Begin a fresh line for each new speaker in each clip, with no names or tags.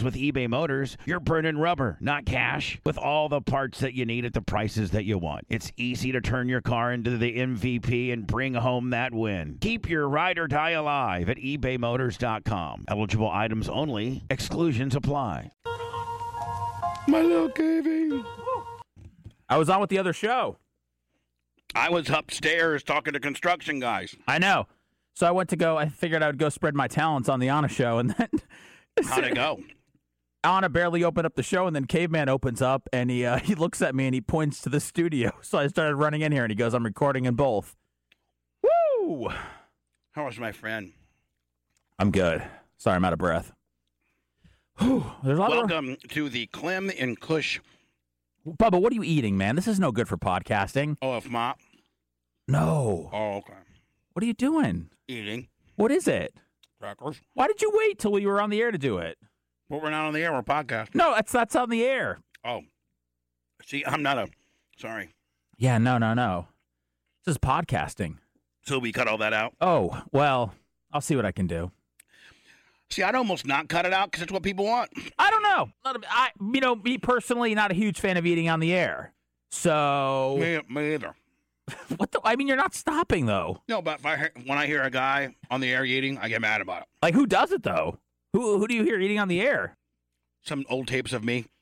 with eBay Motors, you're burning rubber, not cash. With all the parts that you need at the prices that you want, it's easy to turn your car into the MVP and bring home that win. Keep your ride or die alive at ebaymotors.com. Eligible items only, exclusions apply.
My little caving.
I was on with the other show.
I was upstairs talking to construction guys.
I know. So I went to go. I figured I would go spread my talents on the Anna show, and then
How'd it go?
Anna barely opened up the show, and then Caveman opens up, and he uh, he looks at me and he points to the studio. So I started running in here, and he goes, "I'm recording in both." Woo!
How was my friend?
I'm good. Sorry, I'm out of breath. Whew. There's a lot of
Welcome to the Clem and Cush
Bubba, what are you eating, man? This is no good for podcasting.
OF Mop.
No.
Oh, okay.
What are you doing?
Eating
What is it?
crackers.
Why did you wait till we were on the air to do it?
But we're not on the air. We're podcasting.
No, that's that's on the air.
Oh, see, I'm not a. Sorry.
Yeah, no, no, no. This is podcasting.
So we cut all that out.
Oh, well, I'll see what I can do.
See, I'd almost not cut it out because it's what people want.
I don't know. Not a- I, you know, me personally, not a huge fan of eating on the air. So,
Me, me either.
what the? I mean, you're not stopping though.
No, but if I hear, when I hear a guy on the air eating, I get mad about it.
Like, who does it though? Who who do you hear eating on the air?
Some old tapes of me.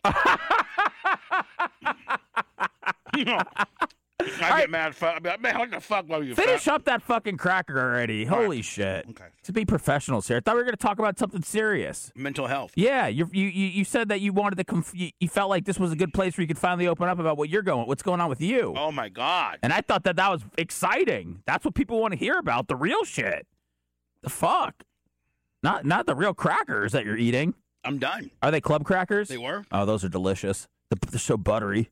I get mad. Fuck, I'd be like, man, what the fuck were you?
Finish
fat?"
up that fucking cracker already. Holy shit.
Okay.
To be professionals here. I thought we were going to talk about something serious.
Mental health.
Yeah, you you you you said that you wanted to conf- you, you felt like this was a good place where you could finally open up about what you're going what's going on with you.
Oh my god.
And I thought that that was exciting. That's what people want to hear about, the real shit. The fuck? Not not the real crackers that you're eating.
I'm done.
Are they club crackers?
They were,
oh, those are delicious. The- They're so buttery.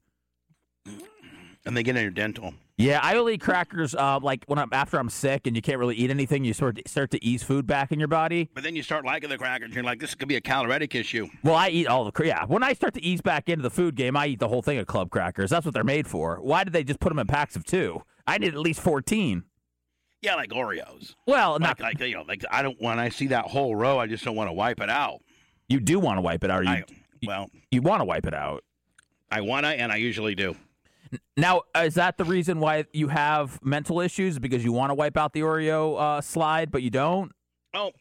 and they get in your dental.
Yeah, I only eat crackers uh, like when I'm after I'm sick and you can't really eat anything. You sort start to ease food back in your body.
But then you start liking the crackers. You're like, this could be a caloric issue.
Well, I eat all the cra- yeah. When I start to ease back into the food game, I eat the whole thing of club crackers. That's what they're made for. Why did they just put them in packs of two? I need at least fourteen.
Yeah, like Oreos.
Well,
Like,
not
like you know, like I don't. When I see that whole row, I just don't want to wipe it out.
you do want to wipe it out. Or you
I, well,
you want to wipe it out.
I wanna, and I usually do.
Now, is that the reason why you have mental issues? Because you want to wipe out the Oreo uh, slide, but you don't?
Oh,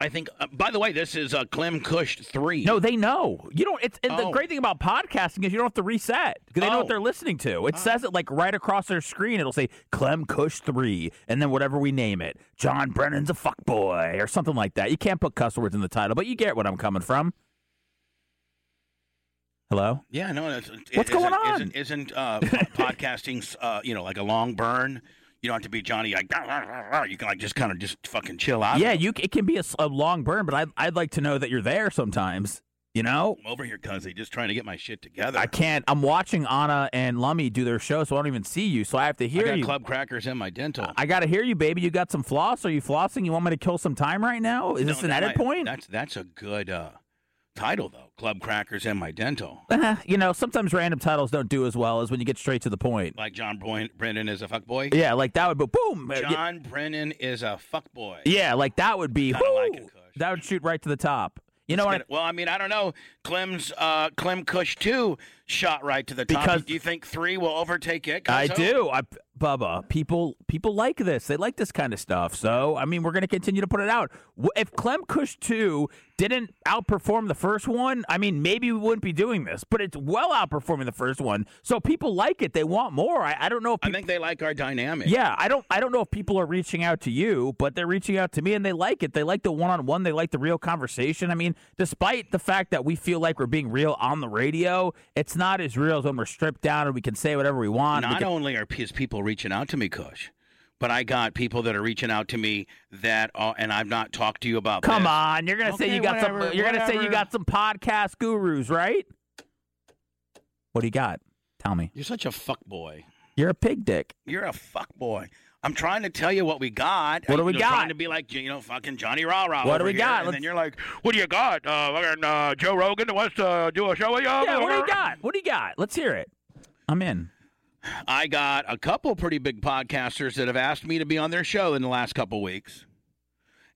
I think. Uh, by the way, this is uh, Clem Cush three.
No, they know. You don't. It's and the
Oh.
great thing about podcasting is you don't have to reset because they know
Oh.
what they're listening to. It says it like right across their screen. It'll say Clem Cush three, and then whatever we name it, John Brennan's a fuckboy or something like that. You can't put cuss words in the title, but you get what I'm coming from. Hello.
Yeah, no. It's, it-
What's
isn't-
going on?
Isn't, isn't uh, podcasting, uh, you know, like a long burn? You don't have to be Johnny. Like you can like just kind of just fucking chill out.
yeah, you. c- It can be a, s- a long burn, but I, I'd like to know that you're there sometimes. You know.
I'm over here, cuz they just trying to get my shit together.
I can't. I'm watching Anna and Lummy do their show, so I don't even see you. So I have to
I
hear
got
you.
club crackers in my dental.
I gotta hear you, baby. You got some floss? Are you flossing? You want me to kill some time right now? Is this
No,
an
that
edit
might-
point?
That's that's a good uh, title though. Club crackers in my dental.
Eh, you know, sometimes random titles don't do as well as when you get straight to the point.
Like John Bren- Brennan is a fuckboy.
Yeah, like that would be boom. Uh, y-
John Brennan is a fuckboy.
Yeah, like that would be.
Kinda like it,
whoo!
Kush.
that would shoot right to the top. You know what? I-
Well, I mean, I don't know. Clem's uh, Clem Cush two shot right to the top.
Because-
do you think three will overtake it?
I
Cuzzo?
do. I, Bubba, people people like this. They like this kind of stuff. So, I mean, we're going to continue to put it out. W- If Clem Cush 2 didn't outperform the first one, I mean, maybe we wouldn't be doing this, but it's well outperforming the first one. So people like it. They want more. I, I don't know if
I
people.
think they like our dynamic.
yeah, I don't. I don't know if people are reaching out to you, but they're reaching out to me, and they like it. They like the one-on-one. They like the real conversation. I mean, despite the fact that we feel like we're being real on the radio, it's not as real as when we're stripped down and we can say whatever we want. We
Not
can-
only are his people reaching out to me, Cush, but I got people that are reaching out to me that, uh, and I've not talked to you about.
Come
this.
on, you're gonna say
Okay,
you got some.
whatever,
You're gonna say you
whatever.
got some podcast gurus, right? What do you got? Tell me.
You're such a fuck boy.
You're a pig dick.
You're a fuck boy. I'm trying to tell you what we got.
What do
I'm,
we
you know, Trying
got?
to be like you know, fucking Johnny Rah Rah.
What
over
do we
here,
got?
And
Let's-
then you're like, what do you got? Uh, fucking, uh, Joe Rogan wants to uh, do a show with you.
Yeah, what do you got? What do you got? Let's hear it. I'm in.
I got a couple pretty big podcasters that have asked me to be on their show in the last couple weeks.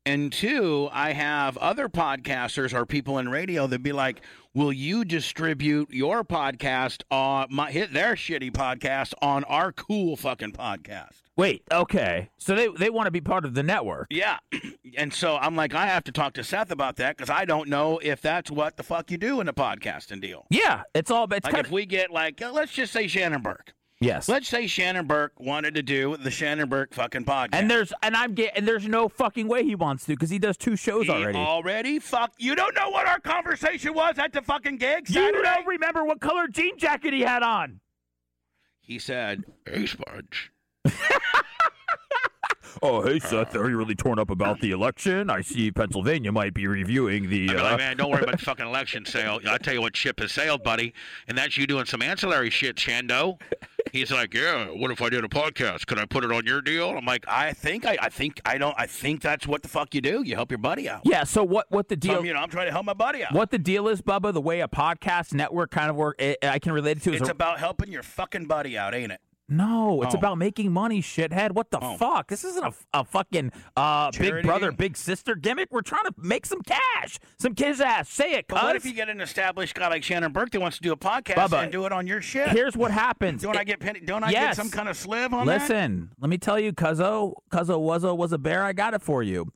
And two, I have other podcasters or people in radio that be like, "Will you distribute your podcast on my hit their shitty podcast on our cool fucking podcast?"
Wait, okay. So they they want to be part of the network.
Yeah. And so I'm like, I have to talk to Seth about that because I don't know if that's what the fuck you do in a podcasting deal.
Yeah, it's all it's
Like,
kind
if
of,
we get like, uh, let's just say Shannon Burke.
yes.
Let's say Shannon Burke wanted to do the Shannon Burke fucking podcast.
And there's and I'm get and there's no fucking way he wants to because he does two shows
He
already.
Already? Fuck. You don't know what our conversation was at the fucking gig
you
Saturday?
don't remember what color jean jacket he had on.
He said, Hey, Sponge.
Oh, hey Seth, are you really torn up about the election? I see Pennsylvania might be reviewing the.
I'm like, man, don't worry about the fucking election sale. I tell you what ship has sailed, buddy, and that's you doing some ancillary shit, Shando. He's like, yeah. What if I did a podcast? Could I put it on your deal? I'm like, I think I, I think I don't. I think that's what the fuck you do. You help your buddy out.
yeah. So what? What the
So
deal?
I'm, you know, I'm trying to help my buddy out.
What the deal is, Bubba? The way a podcast network kind of work, I I can relate it to. Is
It's
a-
about helping your fucking buddy out, ain't it?
no, it's
Oh.
about making money, shithead. What the fuck? This isn't a, a fucking uh, big
Charity?
brother, big sister gimmick. We're trying to make some cash, some kids ass. Say it,
But what
cuz.
if you get an established guy like Shannon Burke that wants to do a podcast
Bubba,
and do it on your shit?
Here's what happens.
don't I
It-
get penny? Don't I get
Yes.
some kind of slib on that?
Listen, let me tell you, Cuzzo, Cuzzo Wuzzo was a bear. I got it for you.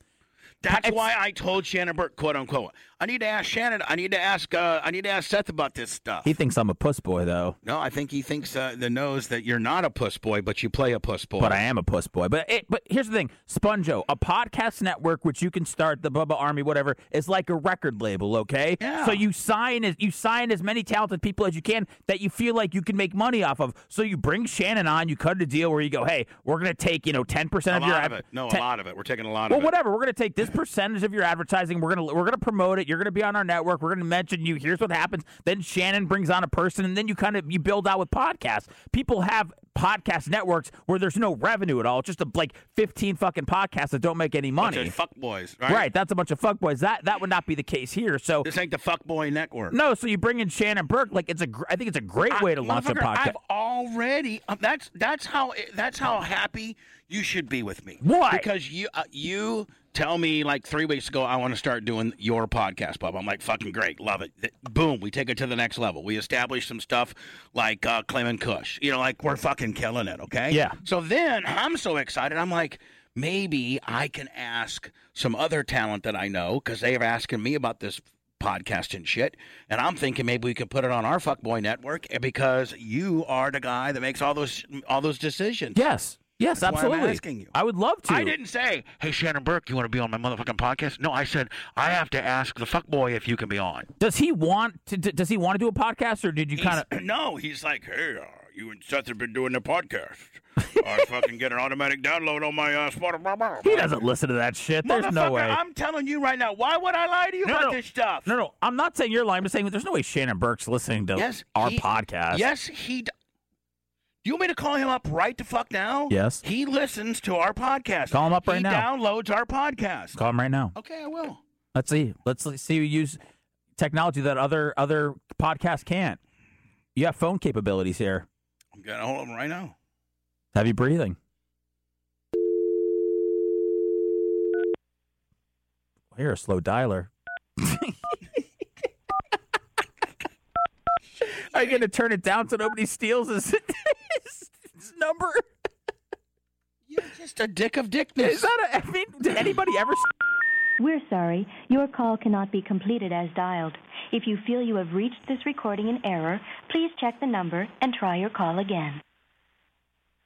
That's
It's-
why I told Shannon Burke, quote unquote. I need to ask Shannon. I need to ask. Uh, I need to ask Seth about this stuff.
He thinks I'm a puss boy, though.
no, I think he thinks uh, the knows that you're not a puss boy, but you play a puss boy.
But I am a puss boy. But it, but here's the thing, Sponjo, a podcast network which you can start, the Bubba Army, whatever, is like a record label. Okay,
Yeah.
so you sign as you sign as many talented people as you can that you feel like you can make money off of. So you bring Shannon on, you cut a deal where you go, hey, we're gonna take you know ten
a
percent of your
lot of
ad-
it. No, a
10
lot of it. We're taking a lot
Well,
of it.
whatever. We're gonna take this percentage of your advertising. We're gonna we're gonna promote it. You're gonna be on our network. We're gonna mention you. Here's what happens. Then Shannon brings on a person, and then you kind of you build out with podcasts. People have podcast networks where there's no revenue at all. It's just a, like 15 fucking podcasts that don't make any
Bunch of
money.
fuck boys, right?
Right. That's a bunch of fuckboys. That that would not be the case here. So.
This ain't the fuck boy network.
No, so you bring in Shannon Burke, like it's a. Gr- I think it's a great
I-
way to launch a
motherfucker,
podcast.
I've already. um, that's that's how that's how happy you should be with me.
Why?
Because you uh, you tell me like three weeks ago I want to start doing your podcast, Bob. I'm like fucking great, love it. Th- Boom, we take it to the next level. We establish some stuff like uh, Clem and Cush. You know, like we're fucking killing it. Okay.
Yeah.
So then I'm so excited. I'm like. Maybe I can ask some other talent that I know because they are asking me about this podcast and shit. And I'm thinking maybe we could put it on our fuckboy network eh, because you are the guy that makes all those all those decisions.
yes, yes,
That's why I'm
absolutely.
asking you.
I would love to.
I didn't say, "Hey Shannon Burke, you want to be on my motherfucking podcast?" No, I said I have to ask the fuckboy if you can be on.
Does he want to? d- Does he want to do a podcast, or did you kind of?
He's- no, he's like, "Hey, uh, you and Seth have been doing the podcast. I fucking get an automatic download on my uh, Spotify."
He doesn't listen to that shit. There's no
Motherfucker,
way.
I'm telling you right now. Why would I lie to you
No,
about
no.
this stuff?
No, no, I'm not saying you're lying. I'm just saying there's no way Shannon Burke's listening to
Yes,
our
he-
podcast.
Yes, he. Do you want me to call him up right the fuck now?
Yes.
He listens to our podcast.
Call him up right
he
now.
downloads our podcast.
Call him right now.
Okay, I will.
Let's see. Let's see you use technology that other other podcasts can't. You have phone capabilities here.
I'm gonna hold him right now.
Heavy breathing. You're a slow dialer. Are you going to turn it down so nobody steals his, his, his number?
You're just a dick of
Is
dickness.
that a, I mean, did anybody ever?
We're sorry. Your call cannot be completed as dialed. If you feel you have reached this recording in error, please check the number and try your call again.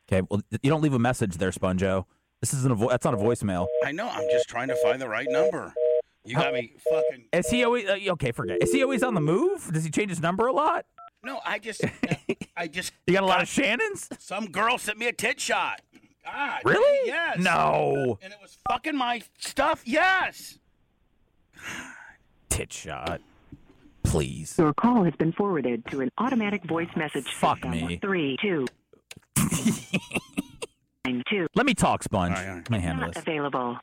Okay, well, you don't leave a message there, Sponjo. This isn't a vo- that's not a voicemail.
I know. I'm just trying to find the right number. You got me fucking.
Is he always uh, okay? Forget. Is he always on the move? Does he change his number a lot?
No, I just, I just.
You got a lot of Shannons.
Some girl sent me a tit shot. God.
Really?
Yes.
No.
And it was fucking my stuff. Yes.
Tit shot. Please.
Your call has been forwarded to an automatic voice message
Fuck
system.
me.
Three, two. Nine, two.
Let me talk, Sponge.
All right, all right.
Let me handle
Not
this.
available.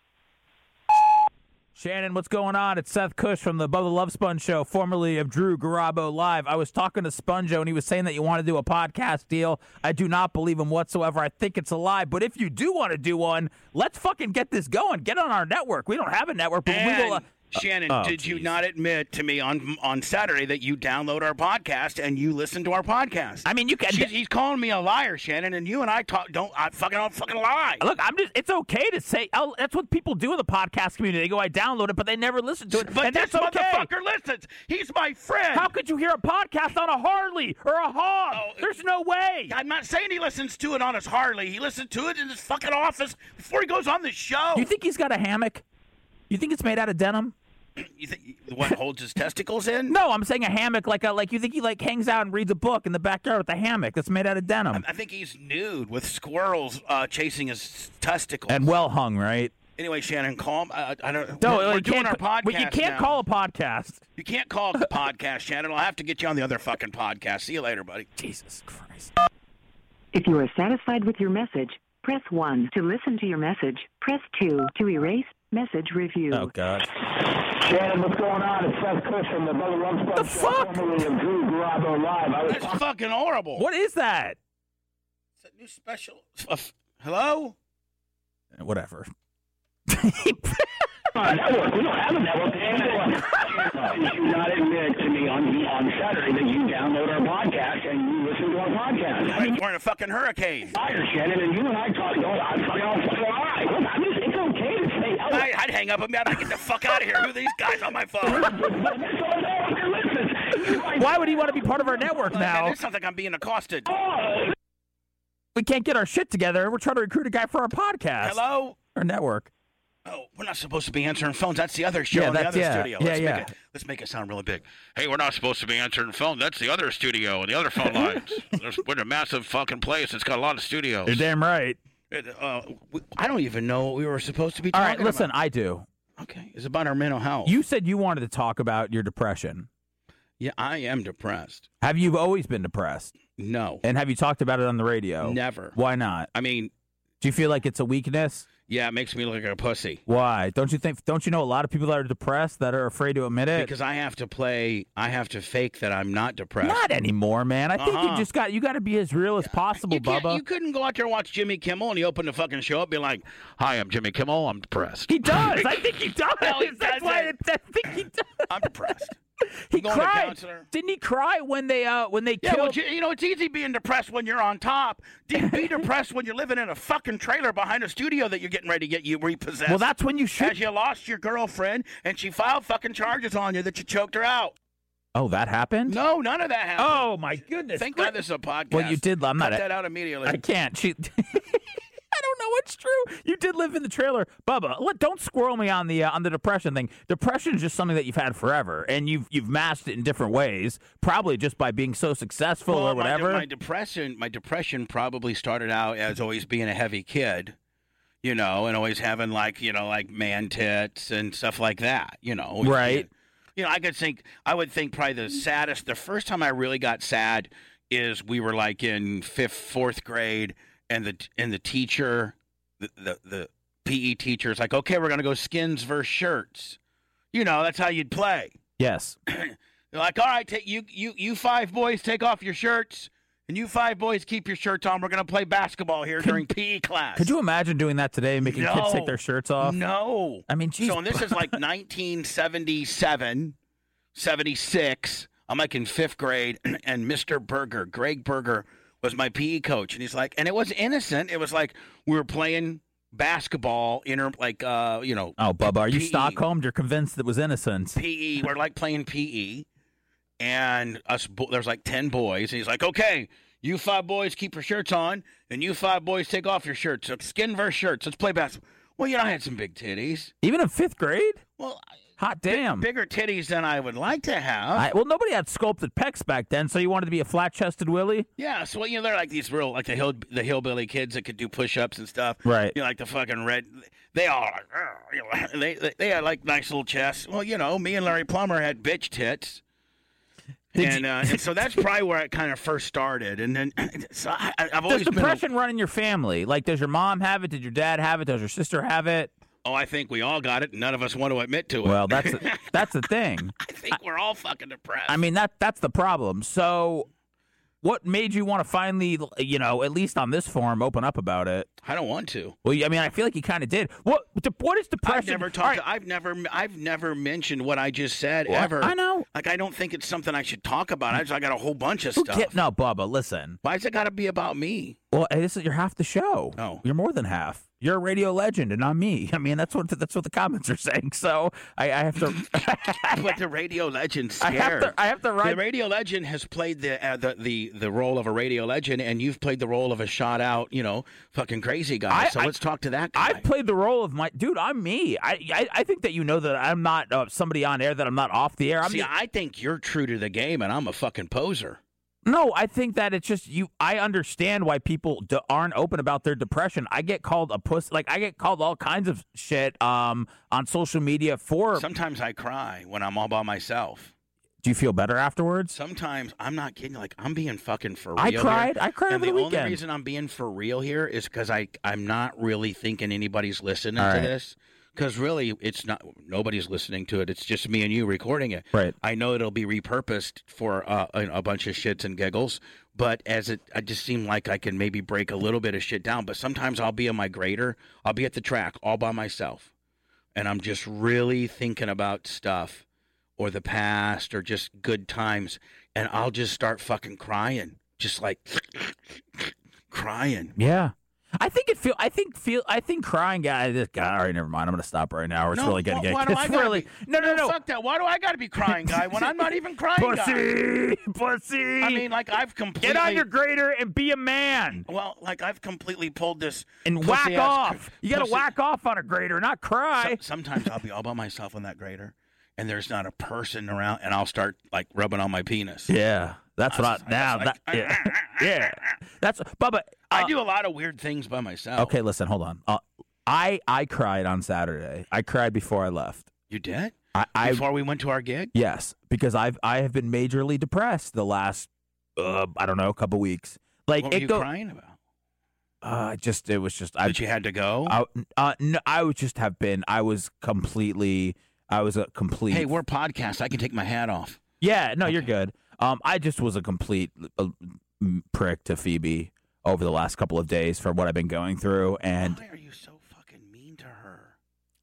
Shannon, what's going on? It's Seth Cush from the Above the Love Sponge Show, formerly of Drew Garabo Live. I was talking to Sponjo, and he was saying that you want to do a podcast deal. I do not believe him whatsoever. I think it's a lie. But if you do want to do one, let's fucking get this going. Get on our network. We don't have a network, but we will.
And
Uh,
Shannon,
oh,
did you
geez.
not admit to me on on Saturday that you download our podcast and you listen to our podcast?
I mean, you can.
She's, he's calling me a liar, Shannon, and you and I talk. Don't I fucking don't fucking lie.
Look, I'm just. It's okay to say. Oh, that's what people do in the podcast community. They go, I download it, but they never listen to it.
But
and
this
that's okay.
motherfucker listens. He's my friend.
How could you hear a podcast on a Harley or a hog?
Oh,
There's no way.
I'm not saying he listens to it on his Harley. He listens to it in his fucking office before he goes on the show.
You think he's got a hammock? You think it's made out of denim?
You think what holds his testicles in?
No, I'm saying a hammock like a like you think he like hangs out and reads a book in the backyard with a hammock that's made out of denim
I think he's nude with squirrels uh, chasing his testicles.
and well hung, right?
anyway, Shannon, calm. Uh, I don't.
No,
we're,
you
we're doing our
can't-
podcast.
Well, you can't
now.
call a podcast.
You can't call it a podcast, Shannon. I'll have to get you on the other fucking podcast. See you later, buddy.
Jesus Christ.
If you are satisfied with your message, press 1 to listen to your message. Press 2 to erase message review.
Oh God.
Shannon, what's going on? It's Seth Cush from the Brother Love Sponge.
The fuck?
Formerly of Drew Garabo Live. I was
That's fucking horrible.
What is that?
It's a new special. Uh, hello.
Whatever.
on a network. We don't have a network. Did you not admit to me on on Saturday that you download our podcast and you listen to our podcast?
Like we're in a fucking hurricane.
Liar, Shannon, and you and I talk. Oh, I fucking don't fucking lie. Look, I'm just, it's okay to say. Oh,
I, I'd hang up. I'm gonna get the fuck out of here. Who are these guys on my phone?
Why would he want to be part of our network
Man,
now?
it sounds like I'm being accosted.
We can't get our shit together. We're trying to recruit a guy for our podcast.
Hello?
Our network.
Oh, we're not supposed to be answering phones. That's the other show
Yeah,
in the
that's-
other
yeah.
studio.
Yeah,
Let's
yeah.
Make it, let's make it sound really big. Hey, we're not supposed to be answering phone. That's the other studio and the other phone lines. There's, we're in a massive fucking place. It's got a lot of studios.
You're damn right.
It, uh, we- I don't even know what we were supposed to be
All
talking
right, listen,
about.
I do.
Okay, it's about our mental health.
You said you wanted to talk about your depression.
yeah, I am depressed.
Have you always been depressed?
No,
And have you talked about it on the radio?
never.
Why not?
I mean,
Do you feel like it's a weakness?
yeah, it makes me look like a pussy.
Why? Don't you think? Don't you know a lot of people that are depressed that are afraid to admit it?
Because I have to play, I have to fake that I'm not depressed.
not anymore, man. I think you
Uh-huh.
just got you got to be as real as possible,
you, can't-
Bubba.
you couldn't go out there and watch Jimmy Kimmel and he opened the fucking show up be like, Hi, I'm Jimmy Kimmel. I'm depressed.
He does. I think he does.
No, he
That's why I,
doesn't.
I think he does.
I'm depressed.
He
going to
cried.
counselor.
Didn't he cry when they uh when they
Yeah,
killed?
well, you you know, it's easy being depressed when you're on top. De- Be depressed when you're living in a fucking trailer behind a studio that you're getting ready to get you repossessed.
Well, that's when you
As
should.
you lost your girlfriend and she filed fucking charges on you that you choked her out.
oh, that happened.
No, none of that happened.
Oh my goodness.
Thank
Gra-
God this is a podcast.
Well, you did. I'm not.
Cut that out immediately.
I can't. She. I don't know what's true. You did live in the trailer, Bubba. Look, don't squirrel me on the uh, on the depression thing. Depression is just something that you've had forever, and you've you've masked it in different ways. Probably just by being so successful
Well,
or
my de-
whatever.
My, depression, my depression probably started out as always being a heavy kid, you know, and always having like you know like man tits and stuff like that, you know.
Right.
You know, I could think I would think probably the saddest. The first time I really got sad is we were like in fifth, fourth grade, and the and the teacher, the the, the PE teacher is like, okay, we're gonna go skins versus shirts. You know, that's how you'd play.
yes.
They're like, all right, take you you you five boys take off your shirts, and you five boys keep your shirts on. We're gonna play basketball here during PE class.
Could you imagine doing that today, making kids take
No.
their shirts off?
No.
I mean, geez.
So and this is like 1977, 76. I'm like in fifth grade, and Mr. Berger, Greg Berger, was my PE coach, and he's like, and it was innocent. It was like we were playing basketball, inter like uh, you know,
Oh, Bubba, are you
PE.
Stockholmed? You're convinced it was innocent.
PE. E. We're like playing PE, and us bo- there's like ten boys, and he's like, "Okay, you five boys keep your shirts on, and you five boys take off your shirts. So skin versus shirts. Let's play basketball." Well, you know, I had some big titties.
Even in fifth grade?
Well,
Hot damn.
Bigger titties than I would like to have.
I, well, nobody had sculpted pecs back then, so you wanted to be a flat chested Willie?
Yeah, so you know they're like these real like the hill the hillbilly kids that could do push-ups and stuff.
Right.
You know, like the fucking red. They all like, "Argh," you know, they they- they had like nice little chests. Well, you know, me and Larry Plummer had bitch tits.
Did
and, uh, and so that's probably where it kind of first started. And then so I, I've
Does
always been. a-
depression run in your family? Like, does your mom have it? Did your dad have it? Does your sister have it?
oh, I think we all got it. None of us want to admit to it.
Well, that's the- that's the thing.
I think we're all fucking depressed.
I mean that that's the problem. So, what made you want to finally, you know, at least on this forum, open up about it?
I don't want to.
Well, you- I mean, I feel like you kind of did. What de- what is depression?
I've never
All right,
talked. I've never. I've never mentioned what I just said
Well,
ever.
I know.
Like I don't think it's something I should talk about. I just I got a whole bunch of
who
stuff.
ca- no, Bubba, listen.
Why's it got to be about me?
Well, hey, this is you're half the show.
Oh.
you're more than half. You're a radio legend, and not me. I mean, that's what that's what the comments are saying. So I, I have to.
But the radio legend's
I have
scared.
to. I have to
the
write.
radio legend has played the, uh, the the the role of a radio legend, and you've played the role of a shot out, you know, fucking crazy guy.
I-
so
I-
let's talk to that guy.
I played the role of my dude. I'm me. I I, I think that you know that I'm not uh, somebody on air. That I'm not off the air. I'm
See,
the-
I think you're true to the game, and I'm a fucking poser.
No, I think that it's just you. I understand why people d- aren't open about their depression. I get called a puss. Like I get called all kinds of shit um, on social media for.
Sometimes I cry when I'm all by myself.
do you feel better afterwards?
Sometimes I'm not kidding. Like I'm being fucking for real.
I
here.
cried. I cried
And
over
the,
the,
only
weekend.
reason I'm being for real here is because I I'm not really thinking anybody's listening
All
to
right.
this. Because really, it's not nobody's listening to it. It's just me and you recording it.
Right.
I know it'll be repurposed for uh, a, a bunch of shits and giggles, but as it, I just seem like I can maybe break a little bit of shit down. But sometimes I'll be in my grader, I'll be at the track all by myself, and I'm just really thinking about stuff or the past or just good times, and I'll just start fucking crying, just like crying.
Yeah. I think it feel. I think feel. I think crying. Guy, this guy. All right, never mind. I'm gonna stop right now. Or it's
No,
really gonna
wh-
get.
why do I
it's
gotta
really.
be-
no, no, no.
Fuck that. Why do I got to be crying, guy, when I'm not even crying? Guy?
Pussy, pussy.
I mean, like I've completely
get on your grader and be a man.
well, like I've completely pulled this
and
pussy
whack
ass-
off. You got to
pussy-
whack off on a grader, not cry.
Some- sometimes I'll be all by myself on that grader, and there's not a person around, and I'll start like rubbing on my penis.
yeah, that's what I
I-
now.
I-
That,
I-
yeah, yeah, that's Bubba.
I
uh,
do a lot of weird things by myself.
Okay, listen, hold on. Uh, I I cried on Saturday. I cried before I left.
you did
I, I
before we went to our gig.
yes, because I've I have been majorly depressed the last uh, I don't know couple weeks. Like
what were
it
you
go-
crying about?
uh, just it was just I
that you had to go.
I, uh, no, I would just have been I was completely I was a complete
hey, we're podcast. I can take my hat off.
Yeah, no, you're
Okay.
good. Um, I just was a complete uh, m- prick to Phoebe over the last couple of days for what I've been going through, and
Why are you so fucking mean to her?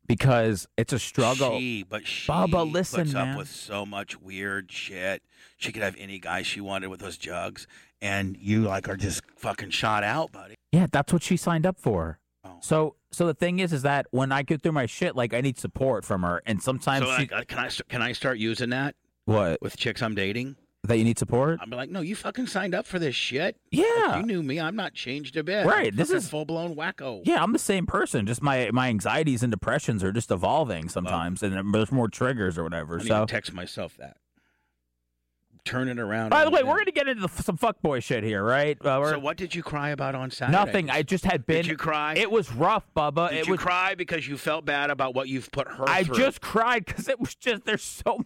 because it's a struggle.
She, but she
Bubba,
puts
listen,
up
man.
with so much weird shit. She could have any guy she wanted with those jugs, and you like are just fucking shot out, buddy.
yeah, that's what she signed up for.
Oh.
So, so the thing is, is that when I get through my shit, like I need support from her, and sometimes
so
she,
like, uh, can I st- can I start using that
what
with chicks I'm dating?
that you need support?
I'm like, no, you fucking signed up for this shit.
yeah,
You knew me. I'm not changed a bit.
Right, this is-
full blown wacko.
yeah, I'm the same person. Just my my anxieties and depressions are just evolving sometimes, and there's more triggers or whatever.
I need
so,
to text myself that. Turn it around.
by the
on
way,
them.
we're gonna get into the, some fuckboy shit here, right? Uh, we're-
So what did you cry about on Saturday?
Nothing. I just had been.
Did you cry?
It was rough, Bubba.
Did
it
you
was.
cry because you felt bad about what you've put her
I
through?
just cried because it was just. There's so.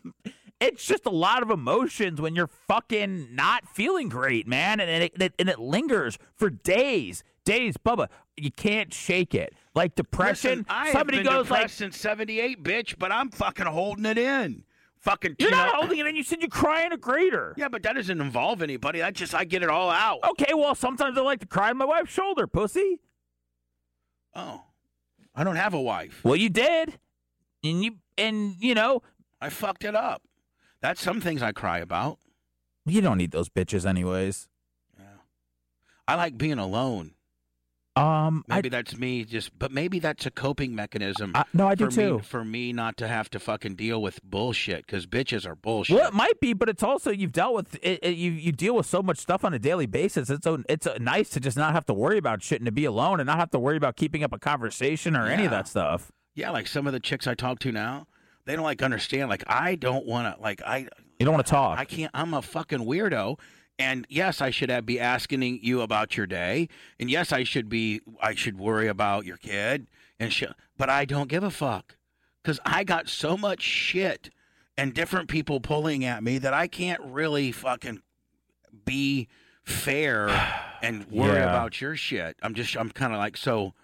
It's just a lot of emotions when you're fucking not feeling great, man, and it, it and it lingers for days, days, Bubba. You can't shake it. Like depression.
Listen, I
somebody
have been
goes
depressed
like,
since "78, bitch," but I'm fucking holding it in. Fucking.
"You're
you
not
know-
holding it in." You said you cry in a grater.
Yeah, but that doesn't involve anybody. I just I get it all out.
Okay, well, sometimes I like to cry on my wife's shoulder, pussy.
Oh, I don't have a wife.
Well, you did, and you and you know
I fucked it up. That's some things I cry about.
you don't need those bitches anyways.
I like being alone.
Um, I
Maybe that's me just, but maybe that's a coping mechanism.
I- no, I do
for me-
too.
for me not to have to fucking deal with bullshit because bitches are bullshit.
Well, it might be, but it's also you've dealt with it, it- you you deal with so much stuff on a daily basis. It's so it's uh, nice to just not have to worry about shit and to be alone and not have to worry about keeping up a conversation or any of
Yeah.
that stuff.
Yeah, like some of the chicks I talk to now, they don't like understand. Like I don't want to. Like I
You don't want to talk.
I can't. I'm a fucking weirdo. And yes, I should have- be asking you about your day. And yes, I should be. I should worry about your kid and shit. But I don't give a fuck because I got so much shit and different people pulling at me that I can't really fucking be fair and worry
Yeah.
about your shit. I'm just. I'm kind of like so.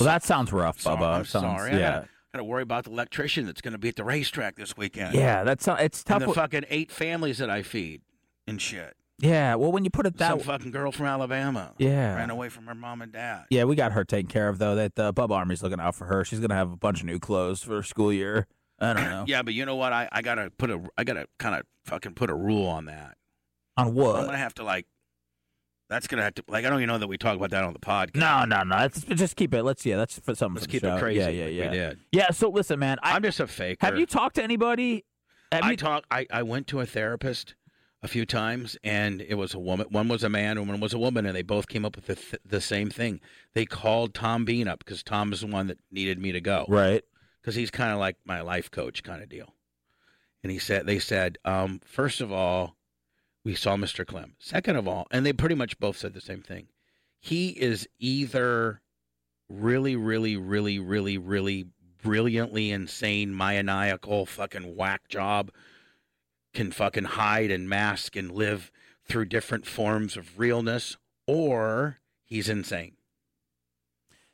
well, that sounds rough,
Sorry,
Bubba.
I'm
Sounds-
sorry. I
Yeah.
gotta, gotta worry about the electrician that's gonna be at the racetrack this weekend.
Yeah, that's uh, it's
And
tough.
the
w-
fucking eight families that I feed and shit.
yeah, well, when you put it that
Some
way,
fucking girl from Alabama.
yeah,
Ran away from her mom and dad.
yeah, we got her taken care of though. That uh, Bubba Army's looking out for her. She's gonna have a bunch of new clothes for her school year. I don't know
Yeah, but you know what? I, I gotta put a I gotta kind of fucking put a rule on that.
on
I'm
what.
gonna have to like. That's gonna have to like I don't even know that we talk about that on the podcast.
No, no, no. Let's just keep it. Let's yeah. That's for something.
Let's
for the
keep
show.
it crazy.
Yeah, yeah,
like
yeah.
We did.
Yeah. So listen, man. I,
I'm just a faker.
have you talked to anybody? Have
I
you-
talk. I, I went to a therapist a few times, and it was a woman. One was a man, and one was a woman, and they both came up with the, th- the same thing. They called Tom Bean up because Tom is the one that needed me to go
right.
because he's kind of like my life coach kind of deal. And he said, they said, um, first of all, we saw Mr. Clem. Second of all, and they pretty much both said the same thing. He is either really, really, really, really, really brilliantly insane, maniacal, fucking whack job, can fucking hide and mask and live through different forms of realness, or he's insane.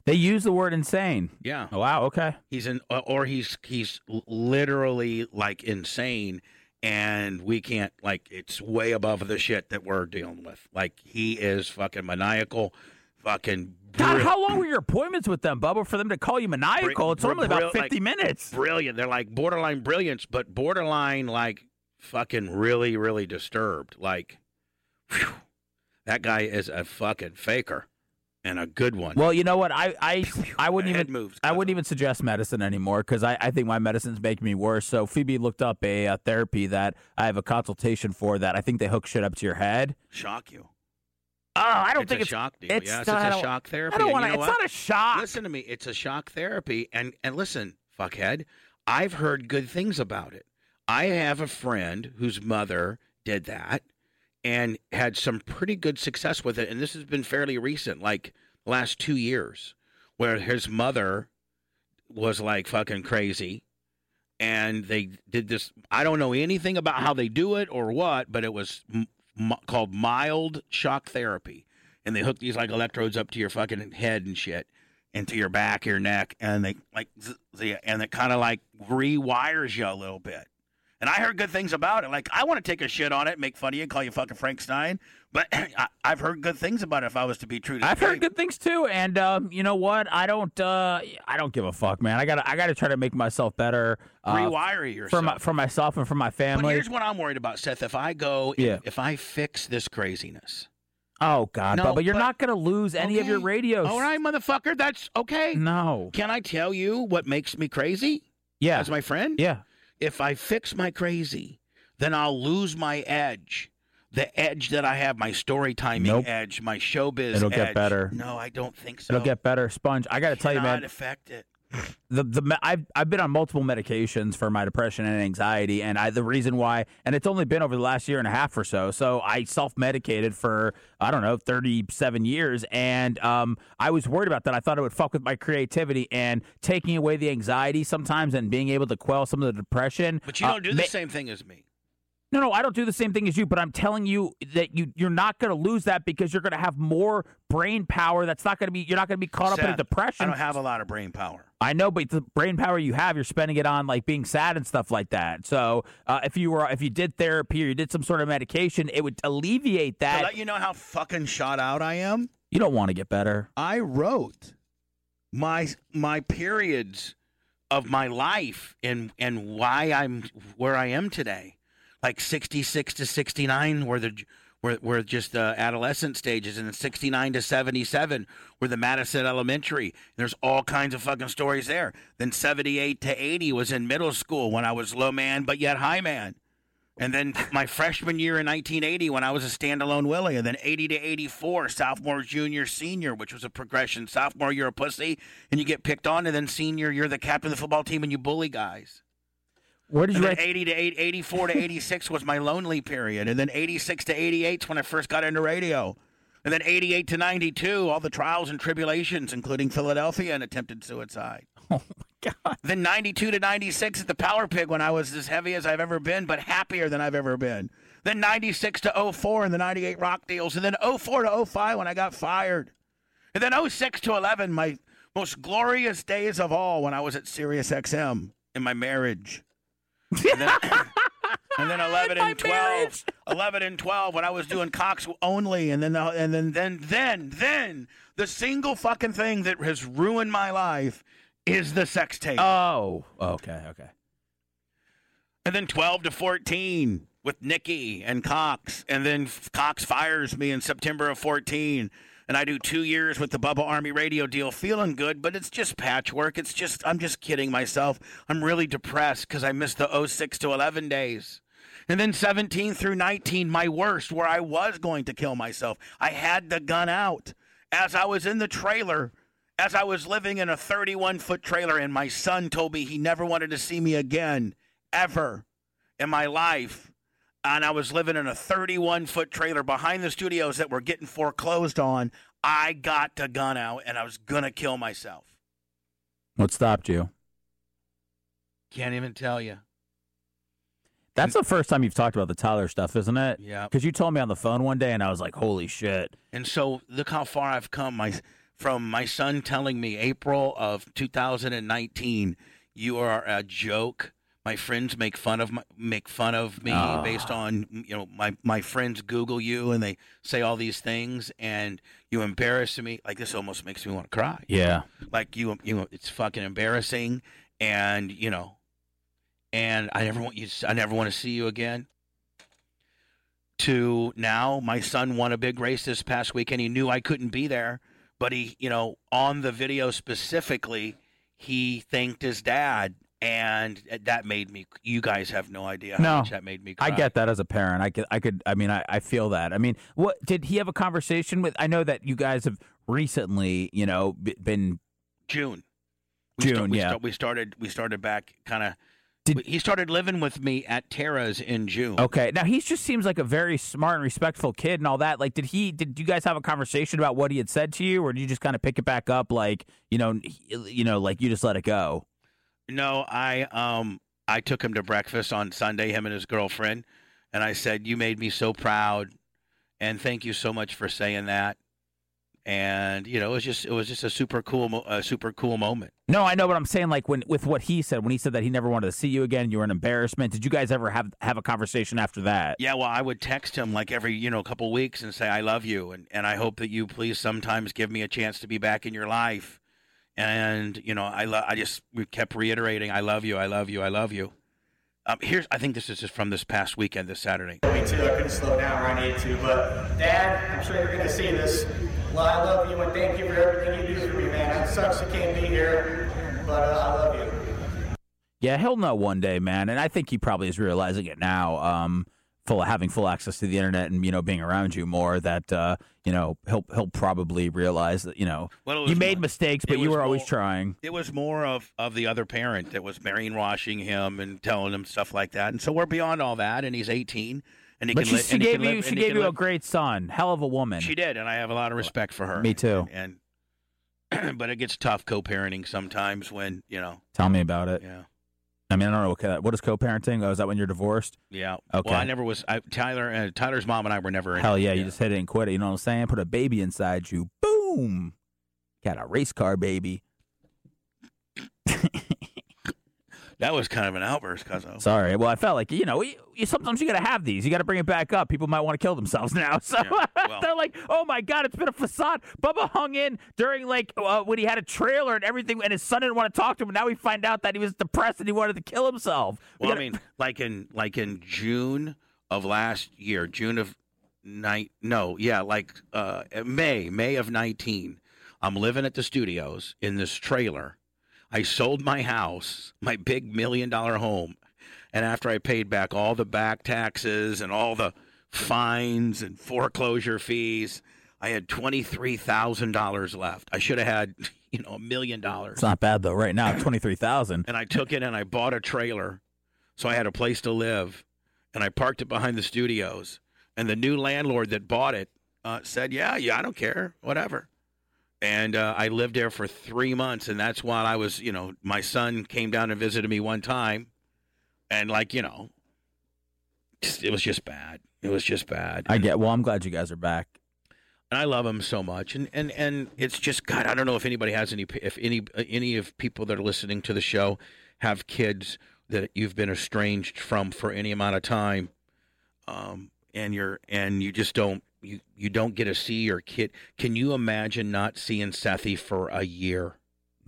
They use the word insane.
Yeah.
Oh, wow. Okay.
He's in, or he's he's literally like insane, and we can't like it's way above the shit that we're dealing with. Like he is fucking maniacal, fucking
God,
brill-
how long were your appointments with them, Bubba, for them to call you maniacal? It's
bri-
normally
bri-
about
like-
50 minutes.
brilliant. They're like borderline brilliance, but borderline like fucking really really disturbed. Like phew, that guy is a fucking faker and a good one.
Well, you know what? I I, I wouldn't
head
even
moves.
I wouldn't even suggest medicine anymore because I, I think my medicine's making me worse. So Phoebe looked up a, uh therapy that I have a consultation for that I think they hook shit up to your head.
shock you.
Oh, I don't
it's
think
a
it's
shock deal.
it's
yes,
not-
it's
I
a
don't-
shock therapy.
I don't
and
want to.
you know
it's
what?
not a shock.
Listen to me. It's a shock therapy, and and listen, fuckhead. I've heard good things about it. I have a friend whose mother did that and had some pretty good success with it. And this has been fairly recent, like last two years, where his mother was like fucking crazy. And they did this. I don't know anything about how they do it or what, but it was m- m- called mild shock therapy. And they hook these like electrodes up to your fucking head and shit into your back, your neck, and they like z- z- and it kind of like rewires you a little bit. And I heard good things about it. Like I want to take a shit on it, make fun of you, call you fucking Frank Stein, but I, I've heard good things about it. If I was to be true, to
I've
the
heard
tape.
good things too, and um, you know what? I don't. Uh, I don't give a fuck, man. I gotta. I gotta try to make myself better uh,
rewire yourself.
for my, for myself and for my
but
family.
here's what I'm worried about, Seth. If I go, if-
Yeah.
if, I fix this craziness,
Oh God,
No,
Bubba, you're
but-
not gonna lose any of your
Okay.
radio.
all right, motherfucker, that's okay.
Mm. No.
Can I tell you what makes me crazy?
Yeah.
As my friend,
Yeah.
if I fix my crazy, then I'll lose my edge. The edge that I have, my story timing
Nope.
edge, my showbiz
It'll get
edge.
better.
No, I don't think so.
It'll get better, Sponge. I got to tell you,
Cannot
man.
affect it.
The the me- I've I've been on multiple medications for my depression and anxiety, and I the reason why, and it's only been over the last year and a half or so. So I self medicated for I don't know thirty seven years, and um I was worried about that. I thought it would fuck with my creativity and taking away the anxiety sometimes, and being able to quell some of the depression.
But you
uh,
don't do the
ma-
same thing as me.
No, no, I don't do the same thing as you, but I'm telling you that you you're not going to lose that because you're going to have more brain power. That's not going to be you're not going to be caught up in a
Seth,
depression.
I don't have a lot of brain power.
I know, but the brain power you have, you're spending it on like being sad and stuff like that. So uh, if you were if you did therapy or you did some sort of medication, it would alleviate
To
that.
let you know how fucking shot out I am,
you don't want to get better.
I wrote my my periods of my life and and why I'm where I am today. Like 66 to 69 were the were, were just the adolescent stages and then 69 to 77 were the Madison Elementary. There's all kinds of fucking stories there. Then 78 to 80 was in middle school when I was low man but yet high man. And then my freshman year in 1980 when I was a standalone Willie. And then 80 to 84, sophomore, junior, senior, which was a progression. Sophomore, you're a pussy and you get picked on. And then senior, you're the captain of the football team and you bully guys.
Where did
And
you
then
write?
80 to 8, 84 to 86 was my lonely period. And then 86 to 88 is when I first got into radio. And then 88 to 92, all the trials and tribulations, including Philadelphia and attempted suicide.
Oh my god!
Then 92 to 96 is the power pig when I was as heavy as I've ever been, but happier than I've ever been. Then 96 to 04 and the 98 rock deals. And then 04 to 05 when I got fired. And then 06 to 11, my most glorious days of all when I was at Sirius XM in my marriage. And then, and then 11 and 12. 11 and 12 when I was doing Cox only and then the, and then then then then the single fucking thing that has ruined my life is the sex tape.
Oh, okay, okay.
And then 12 to 14 with Nikki and Cox. And then F- Cox fires me in September of 14. And I do two years with the Bubba Army radio deal, feeling good, but it's just patchwork. It's just, I'm just kidding myself. I'm really depressed because I missed the 06 to 11 days. And then 17 through 19, my worst, where I was going to kill myself. I had the gun out as I was in the trailer, as I was living in a 31 foot trailer, and my son told me he never wanted to see me again, ever in my life. And I was living in a 31 foot trailer behind the studios that were getting foreclosed on. I got the gun out and I was going to kill myself.
What stopped you?
Can't even tell you.
That's the first time you've talked about the Tyler stuff, isn't it?
Yeah.
Because you told me on the phone one day, and I was like, "Holy shit!"
And so look how far I've come. My from my son telling me April of 2019, you are a joke. My friends make fun of my, make fun of me
Ah.
based on you know my my friends Google you and they say all these things and you embarrass me. Like this almost makes me want to cry.
Yeah.
Like you you know it's fucking embarrassing and you know and I never want you I never want to see you again to now my son won a big race this past weekend he knew i couldn't be there but he you know on the video specifically he thanked his dad and that made me you guys have no idea how
No.
much that made me cry.
I get that as a parent. I could, I could, I mean, I, I feel that. I mean, what did he have a conversation with? I know that you guys have recently, you know, b- been.
june
June,
sta- we
yeah.
sta- we started we started back kind of
Did-
he started living with me at Tara's in June.
Okay, now he just seems like a very smart and respectful kid and all that. Like, did he? Did you guys have a conversation about what he had said to you, or did you just kind of pick it back up, like you know, he- you know, like you just let it go?
No, I um I took him to breakfast on Sunday, him and his girlfriend, and I said, You made me so proud and thank you so much for saying that. And you know, it was just it was just a super cool mo- a super cool moment.
No, I know what I'm saying. Like when with what he said, when he said that he never wanted to see you again, you were an embarrassment. Did you guys ever have have a conversation after that?
Yeah, well, I would text him like every, you know, couple weeks and say I love you and and I hope that you please sometimes give me a chance to be back in your life. And you know, I lo- I just we kept reiterating I love you, I love you, I love you. Um, here's I think this is just from this past weekend this Saturday.
22. I couldn't slow down where I needed to. But, Dad, I'm sure you're going to see this. Well, I love you and thank you for everything you do for me, man. It sucks you can't be here, but uh, I love you.
Yeah, he'll know one day, man. And I think he probably is realizing it now. Um, full having full access to the internet and you know being around you more. That uh, you know he'll he'll probably realize that you know
Well, it was
you made
more-
mistakes,
it
but you
was
were always
more-
trying.
It was more of, of the other parent that was brainwashing him and telling him stuff like that. And so we're beyond all that. And he's 18. And he
But
can
she,
li-
she
and he
gave
can
you
live-
she
and he
gave
can
you a
live-
great son, hell of a woman.
She did. And I have a lot of respect for her.
Me too.
And, and But it gets tough co parenting sometimes when, you know,
Tell me about it.
yeah.
I mean, I don't know what, what is co-parenting. Oh, is that when you're divorced?
Yeah.
Okay.
Well, I never was. I, Tyler, uh, Tyler's mom and I were never. in
Hell
it.
yeah, you just hit it and quit it. You know what I'm saying? Put a baby inside you. Boom. Got a race car baby.
That was kind of an outburst, Cuzzo.
Sorry. Well, I felt like you know, you, you, sometimes you got to have these. You got to bring it back up. People might want to kill themselves now. So
Yeah, well.
they're like, "Oh my god, it's been a facade." Bubba hung in during like uh, when he had a trailer and everything, and his son didn't want to talk to him. And now we find out that he was depressed and he wanted to kill himself. We
Well, I
gotta-
mean, like in like in June of last year, June of night. No, yeah, like uh, May, May of nineteen. I'm living at the studios in this trailer. I sold my house, my big million dollar home, and after I paid back all the back taxes and all the fines and foreclosure fees, I had twenty three thousand dollars left. I should have had, you know, a million dollars
it's not bad though. Right now, twenty three thousand.
and I took it and I bought a trailer. So I had a place to live, and I parked it behind the studios. And the new landlord that bought it uh, said, "Yeah, yeah, I don't care, whatever." And uh, I lived there for three months, and that's why I was, you know, my son came down and visited me one time, and like, you know, just, it was just bad. It was just bad.
I get. Well, I'm glad you guys are back.
and I love him so much. And and and it's just God. I don't know if anybody has any if any any of people that are listening to the show have kids that you've been estranged from for any amount of time, um, and you're and you just don't you you don't get to see your kid. Can you imagine not seeing Sethy for a year?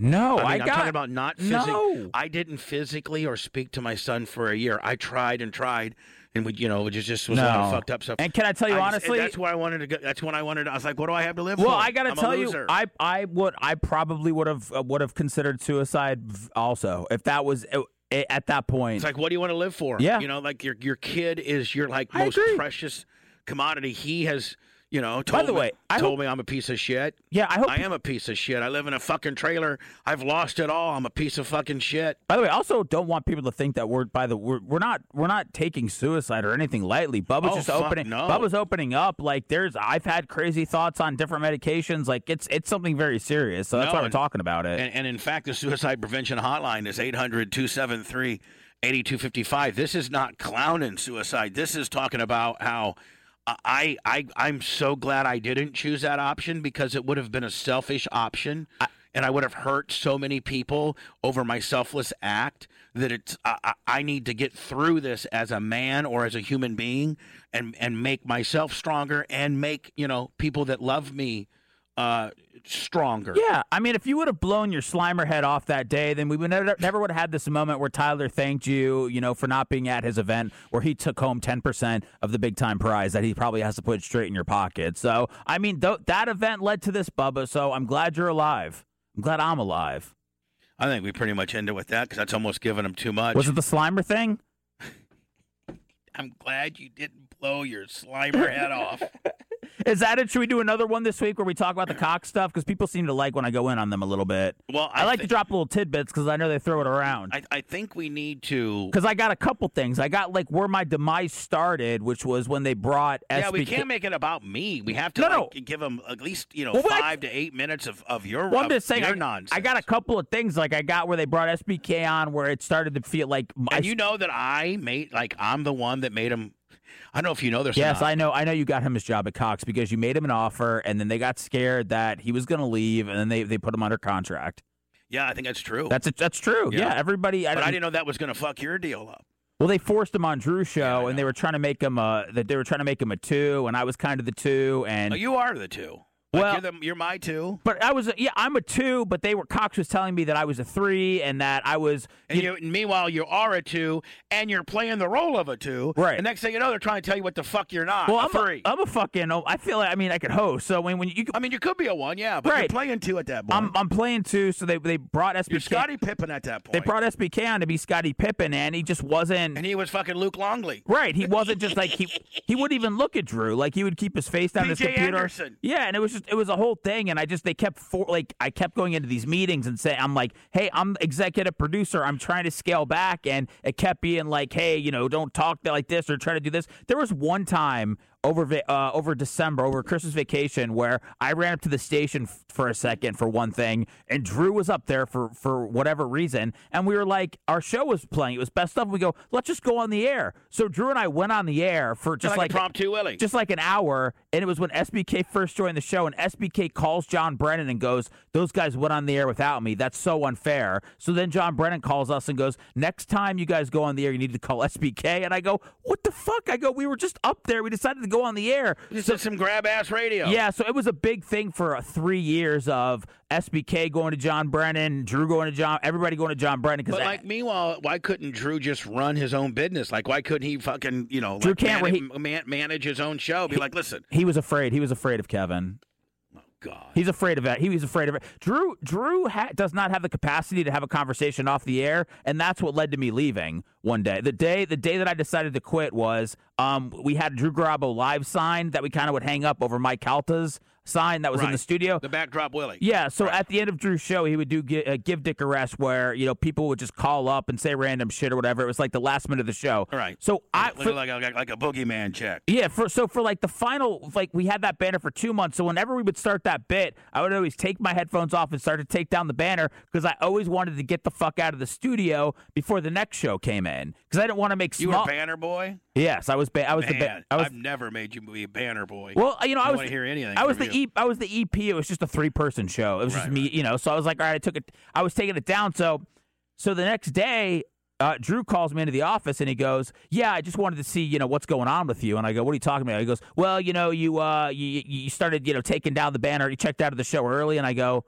No,
I,
Oh, I,
mean,
got.
am talking about not physically.
No.
I didn't physically or speak to my son for a year. I tried and tried, and we, you know, it just, just was a lot of
No.
fucked up stuff.
And can I tell you
I just-
honestly?
that's why I wanted to. Go, that's when I wanted. I was like, what do I have to live
well,
for?
I gotta
I'm a
tell you,
loser.
I I would I probably would have uh, would have considered suicide v- also if that was uh, at that point.
It's like, what do you want to live for?
Yeah.
you know, like your your kid is your like
I
most
agree.
precious commodity. He has, you know,
By
told
the
me,
way, I
told me I'm a piece of shit.
yeah, I hope.
I am a piece of shit. I live in a fucking trailer. I've lost it all. I'm a piece of fucking shit.
By the way, I also don't want people to think that we're by the we're, we're not we're not taking suicide or anything lightly. Bubba's
Oh,
just
fuck
opening
no.
Bubba's opening up. Like there's I've had crazy thoughts on different medications. Like it's it's something very serious. So that's
No,
why we're
and-
talking about it.
And, and in fact, the suicide prevention hotline is 800 273 8255. This is not clowning suicide. This is talking about how I, I, I'm so glad I didn't choose that option because it would have been a selfish option. and I would have hurt so many people over my selfless act that it's I, I I need to get through this as a man or as a human being and and make myself stronger and make you know people that love me uh, stronger.
yeah, I mean, if you would have blown your Slimer head off that day, then we would never, never would have had this moment where Tyler thanked you, you know, for not being at his event, where he took home ten percent of the big time prize that he probably has to put straight in your pocket. So, I mean, th- that event led to this, Bubba. So, I'm glad you're alive. I'm glad I'm alive.
I think we pretty much end it with that because that's almost giving them too much.
Was it the Slimer thing?
I'm glad you didn't blow your Slimer head off.
Is that it? Should we do another one this week where we talk about the cock stuff? Because people seem to like when I go in on them a little bit.
Well, I,
I, like
thi-
to drop little tidbits because I know they throw it around.
I, I think we need to.
Because I, got a couple things. I got like where my demise started, which was when they brought SBK.
Yeah, we can't make it about me. We have to
No,
like, give them at least you know
Well, what I-
five to eight minutes of of your.
Well, I'm
of
just saying,
your
I,
nonsense.
I got a couple of things. Like I got where they brought SBK on, where it started to feel like my.
And you know that I made like I'm the one that made him. I don't know if you know this. or
Yes,
not.
I know. I know you got him his job at Cox because you made him an offer, and then they got scared that he was going to leave, and then they, they put him under contract.
Yeah, I think that's true.
That's a, that's true.
Yeah.
Yeah, everybody.
but
I,
I didn't know that was going to fuck your deal up.
Well, they forced him on Drew's
Yeah,
show,
I
and they
know.
were trying to make him a that they were trying to make him a two, and I was kind of the two, and
Oh, you are the two. Like,
Well-
you're, the, you're my two.
but I was a, yeah I'm a two, but they were Cox was telling me that I was a three, and that I was
And you, meanwhile, you are a two, and you're playing the role of a two.
Right.
And next thing you know, they're trying to tell you what the fuck you're not.
well
a
I'm
three.
A, I'm a fucking I feel like I mean I could host, so when when you
I mean, you could be a one, yeah, but you're
Right.
playing two at that point.
I'm I'm playing two, so they they brought SBK
you're Scotty Pippen at that point.
they brought SBK on to be Scotty Pippen, and he just wasn't
and he was fucking Luke Longley.
Right, he wasn't just like he he wouldn't even look at Drew. Like he would keep his face down his
PJ
computer.
Anderson.
Yeah, and it was just it was a whole thing, and I just they kept for like I kept going into these meetings and saying I'm like, hey, I'm executive producer. I'm trying to scale back, and it kept being like, hey, you know, don't talk like this or try to do this. There was one time over va- uh, over December, over Christmas vacation, where I ran up to the station f- for a second for one thing, and Drew was up there for for whatever reason, and we were like, our show was playing, it was best stuff. We go, let's just go on the air. So Drew and I went on the air for just like,
impromptu Willie.
just like an hour, and it was when SBK first joined the show, and SBK calls John Brennan and goes, "Those guys went on the air without me. That's so unfair." So then John Brennan calls us and goes, "Next time you guys go on the air, you need to call SBK." And I go, "What the fuck?" I go, "We were just up there. We decided to go on the air."
This is some grab ass radio.
Yeah, so it was a big thing for uh, three years of SBK going to John Brennan, Drew going to John, everybody going to John Brennan because
But like, meanwhile, why couldn't Drew just run his own business? Like, why couldn't he fucking, you know,
Drew
like,
can't where
man- man- manage his own show? Be like, listen,
he was afraid. He was afraid of Kevin.
Oh, God,
He's afraid of that. He was afraid of it. Drew Drew ha- does not have the capacity to have a conversation off the air, and that's what led to me leaving one day. The day the day that I decided to quit was um, we had Drew Garabo live sign that we kind of would hang up over Mike Calta's sign that was in the
Right.
studio.
The backdrop Willie.
Oh. Yeah, so at the end of Drew's show, he would do gi- uh, give Dick a rest, where you know people would just call up and say random shit or whatever. It was like the last minute of the show.
All right.
So I
Look
for-
like, like, like a boogeyman check.
yeah, for so for like the final, like we had that banner for two months. So whenever we would start that bit, I would always take my headphones off and start to take down the banner because I always wanted to get the fuck out of the studio before the next show came in because I didn't want to make
You
small.
were banner boy.
yes, I was. Ba- I was the. Ba-
Man,
I was.
I've never made you be a banner boy.
well, you know,
I
I,
don't
was.
wanna hear anything
I was
from
the
you.
E. I was the EP. It was just a three-person show. It was just
Right,
me, you know. So I was like, all right, I took it. I was taking it down. So, so the next day, uh, Drew calls me into the office and he goes, "Yeah, I just wanted to see, you know, what's going on with you." And I go, "What are you talking about?" He goes, "Well, you know, you uh, you you started, you know, taking down the banner. You checked out of the show early." And I go.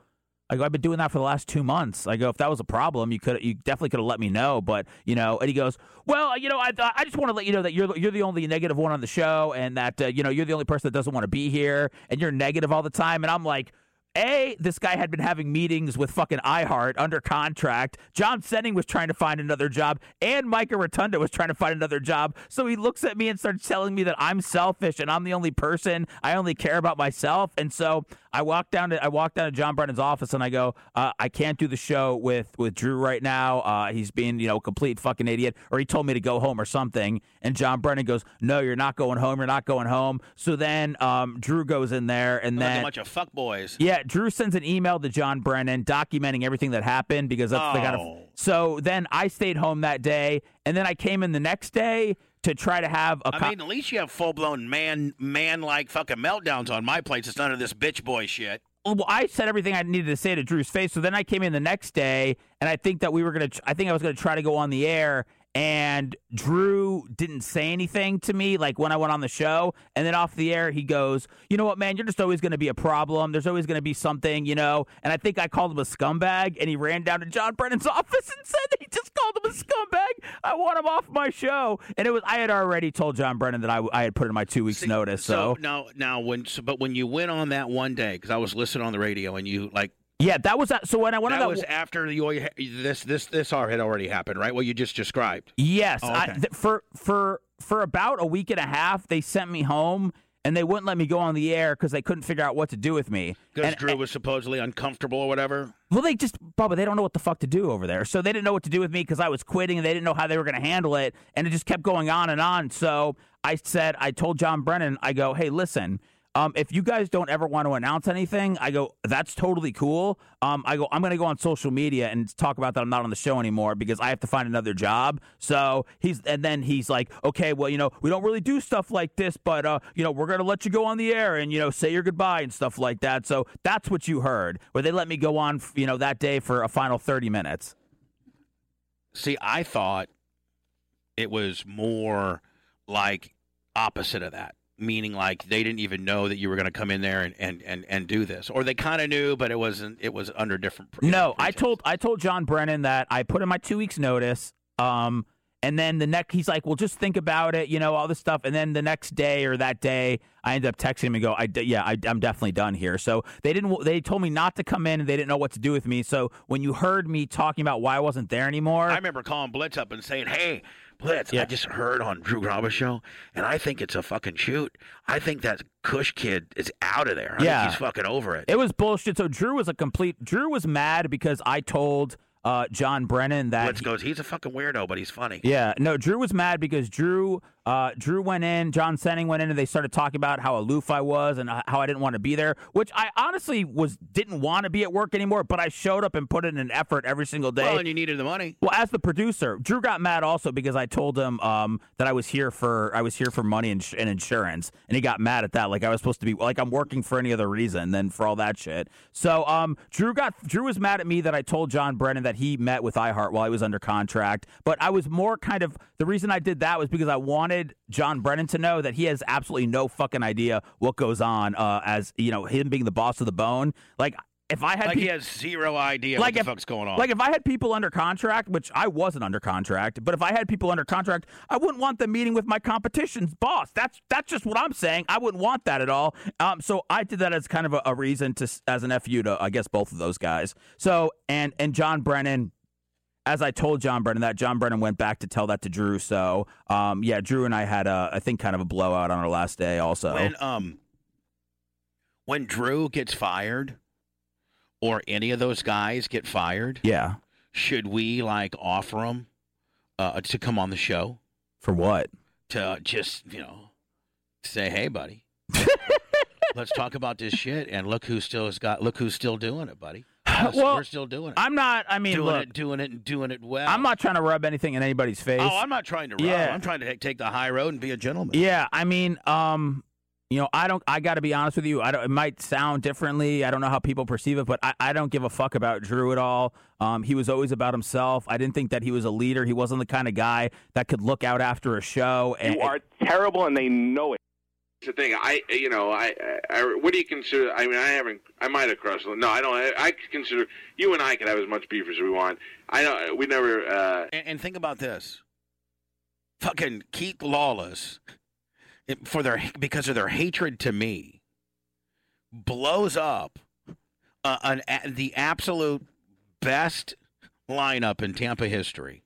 I go, I've been doing that for the last two months. I go, if that was a problem, you could, you definitely could have let me know. But you know, and he goes, well, you know, I, I just want to let you know that you're, you're the only negative one on the show, and that uh, you know you're the only person that doesn't want to be here, and you're negative all the time. And I'm like. A, this guy had been having meetings with fucking iHeart under contract. John Senning was trying to find another job, and Micah Rotunda was trying to find another job. So he looks at me and starts telling me that I'm selfish and I'm the only person. I only care about myself. And so I walk down to I walk down to John Brennan's office and I go, uh, I can't do the show with with Drew right now. Uh, he's being you know a complete fucking idiot, or he told me to go home or something. And John Brennan goes, No, you're not going home. You're not going home. So then um, Drew goes in there and
like a
then
bunch of fuck boys.
yeah, Drew sends an email to John Brennan documenting everything that happened because that's the kind of.
Oh.
So then I stayed home that day, and then I came in the next day to try to have a. co-
I mean, at least you have full blown man man like fucking meltdowns on my plates. It's none of this bitch boy shit.
well, I said everything I needed to say to Drew's face. So then I came in the next day, and I think that we were gonna. tr- I think I was gonna try to go on the air, and Drew didn't say anything to me. Like when I went on the show, and then off the air, he goes, "You know what, man? You're just always gonna be a problem. There's always gonna be something, you know." And I think I called him a scumbag, and he ran down to John Brennan's office and said that he just called him a scumbag. I want him off my show, and it was I had already told John Brennan that I, I had put in my two weeks notice. So,
now now when so, but when you went on that one day because I was listening on the radio and you like
yeah, that was so when I went
that,
on that
was after the oil- this this this art had already happened right what you just described.
Yes,
Oh,
I,
okay.
th- for for for about a week and a half, they sent me home and they wouldn't let me go on the air because they couldn't figure out what to do with me.
Because
And-
Drew was supposedly uncomfortable or whatever.
well, they just Bubba, they don't know what the fuck to do over there, so they didn't know what to do with me because I was quitting and they didn't know how they were going to handle it, and it just kept going on and on. So I said, I told John Brennan, I go, hey, listen. Um, if you guys don't ever want to announce anything, I go, that's totally cool. Um, I go, I'm going to go on social media and talk about that I'm not on the show anymore because I have to find another job. So he's, and then he's like, okay, well, you know, we don't really do stuff like this, but, uh, you know, we're going to let you go on the air and, you know, say your goodbye and stuff like that. So that's what you heard, where they let me go on, you know, that day for a final 30 minutes.
See, I thought it was more like opposite of that, meaning like they didn't even know that you were going to come in there and, and, and, and do this, or they kind of knew, but it wasn't. It was under different. you know,
No, I
pretense.
told I told John Brennan that I put in my two weeks notice. Um, and then the next he's like, well, just think about it, you know, all this stuff. And then the next day or that day, I ended up texting him and go, I d- yeah, I, am definitely done here. So they didn't they told me not to come in and they didn't know what to do with me. So when you heard me talking about why I wasn't there anymore,
I remember calling Blitz up and saying, "Hey, Blitz,
Yeah.
I just heard on Drew Garba's show, and I think it's a fucking shoot. I think that Cush kid is out of there. I
Yeah.
think he's fucking over it.
It was bullshit. So Drew was a complete. Drew was mad because I told uh, John Brennan that.
Blitz goes, he's a fucking weirdo, but he's funny.
yeah, no, Drew was mad because Drew, uh, Drew went in, John Senning went in, and they started talking about how aloof I was and how I didn't want to be there, which I honestly was didn't want to be at work anymore, but I showed up and put in an effort every single day.
Well, and you needed the money.
Well, as the producer, Drew got mad also because I told him um, that I was here for I was here for money and, sh- and insurance, and he got mad at that. Like I was supposed to be like I'm working for any other reason than for all that shit. So um, Drew got Drew was mad at me that I told John Brennan that he met with iHeart while he was under contract. But I was more kind of the reason I did that was because I wanted John Brennan to know that he has absolutely no fucking idea what goes on. Uh, as you know, him being the boss of the bone, like. If I had
Like
peop-
he has zero idea
Like
what the
if-
fuck's going on.
like if I had people under contract, which I wasn't under contract, but if I had people under contract, I wouldn't want them meeting with my competition's boss. That's that's just what I'm saying. I wouldn't want that at all. Um, so I did that as kind of a, a reason to, s- as an fu to, I guess, both of those guys. So and and John Brennan. As I told John Brennan that, John Brennan went back to tell that to Drew. So, um, yeah, Drew and I had a, I think, kind of a blowout on our last day. Also,
when um when Drew gets fired or any of those guys get fired,
Yeah.
should we like offer them uh, to come on the show
For what?
to just, you know, say, hey, buddy, let's talk about this shit and look who still has got, look who's still doing it, buddy. Us,
Well,
we're still doing it.
I'm not. I mean,
doing
look,
it, doing it, and doing it well.
I'm not trying to rub anything in anybody's face.
Oh, I'm not trying to. Rob.
Yeah.
I'm trying to take the high road and be a gentleman.
yeah, I mean, um, you know, I don't. I got to be honest with you. I don't. It might sound differently. I don't know how people perceive it, but I, I don't give a fuck about Drew at all. Um, he was always about himself. I didn't think that he was a leader. He wasn't the kind of guy that could look out after a show. And
You are terrible, and they know it.
It's the thing. I, you know, I, I, I- what do you consider? I mean, I haven't. I might have crossed. No, I don't. I, I consider you and I could have as much beef as we want. I don't. We never. Uh,
And, and think about this. Fucking Keith Lawless, it- for their because of their hatred to me, blows up uh, an a- the absolute best lineup in Tampa history.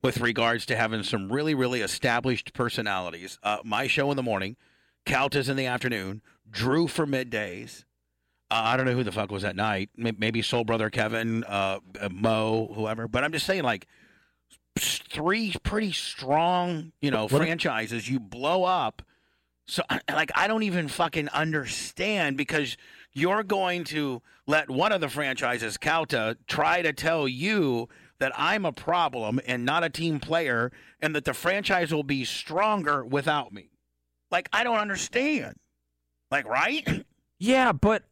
With regards to having some really, really established personalities, uh, my show in the morning, Caltas in the afternoon, Drew for middays. Uh, I don't know who the fuck was at night. May- Maybe Soul Brother Kevin, uh, uh, Mo, whoever. But I'm just saying, like, s- three pretty strong, you know,
What if-
franchises you blow up. So, I- like, I don't even fucking understand because you're going to let one of the franchises, Calta, try to tell you that I'm a problem and not a team player and that the franchise will be stronger without me. Like, I don't understand. Like, right?
yeah, but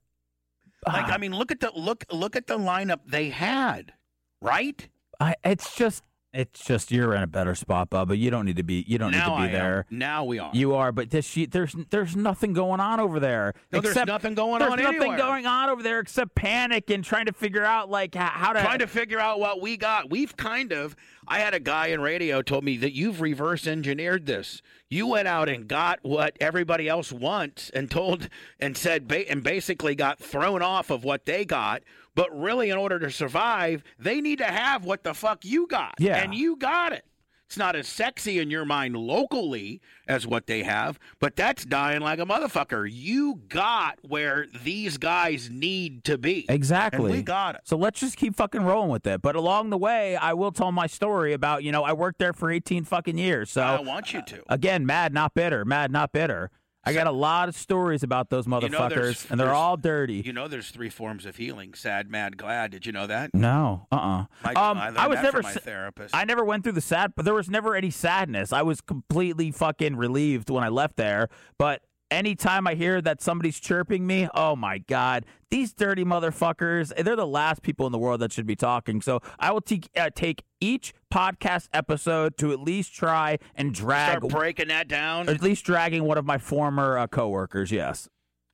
ah,
Like I mean, look at the look look at the lineup they had, right?
I, it's just, it's just you're in a better spot, Bubba. You don't need to be. You don't
now
need to
I
be there.
Am. Now we are.
You are, but this she, there's there's nothing going on over there.
no,
except
there's nothing going
there's
on
nothing
anywhere.
going on over there except panic and trying to figure out like h- how to.
Trying to figure out what we got. We've kind of. I had a guy in radio told me that you've reverse engineered this. You went out and got what everybody else wants and told and said ba- and basically got thrown off of what they got. But really, in order to survive, they need to have what the fuck you got.
Yeah.
and you got it. It's not as sexy in your mind locally as what they have, but that's dying like a motherfucker. You got where these guys need to be.
exactly.
And we got it.
So let's just keep fucking rolling with it. But along the way, I will tell my story about you know I worked there for 18 fucking years. So
I want you to.
again, mad not bitter, mad not bitter. I got a lot of stories about those motherfuckers,
You know, there's-
and they're
there's-
all dirty.
You know, there's three forms of healing: sad, mad, glad. Did you know that?
no, uh, uh
My,
um,
I, learned
was
that
never.
from my
s-
therapist.
I never went through the sad, but there was never any sadness. I was completely fucking relieved when I left there. But anytime I hear that somebody's chirping me, oh my God, these dirty motherfuckers, they're the last people in the world that should be talking. So I will take uh, take each podcast episode to at least try and drag,
Start
or
breaking that down.
at least dragging one of my former uh, coworkers. Yes.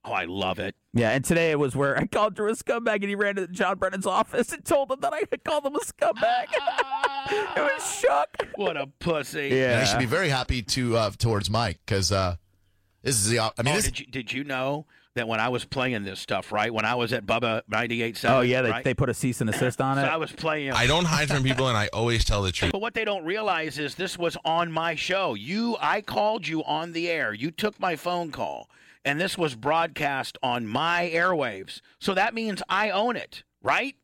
Oh, I love it.
Yeah, and today it was where I called Drew a scumbag, and he ran to John Brennan's office and told him that I had called him a scumbag. it was shook.
What a pussy.
And I
Yeah.
should be very happy to uh, towards Mike because uh, this is the. op- I mean,
oh,
this,
did you did you know that when I was playing this stuff, right? When I was at Bubba 98.7.
Oh yeah, they,
right?
they put a cease and assist on
So
it.
I was playing.
I don't hide from people, and I always tell the truth.
But what they don't realize is this was on my show. You, I called you on the air. You took my phone call, and this was broadcast on my airwaves. So that means I own it, right?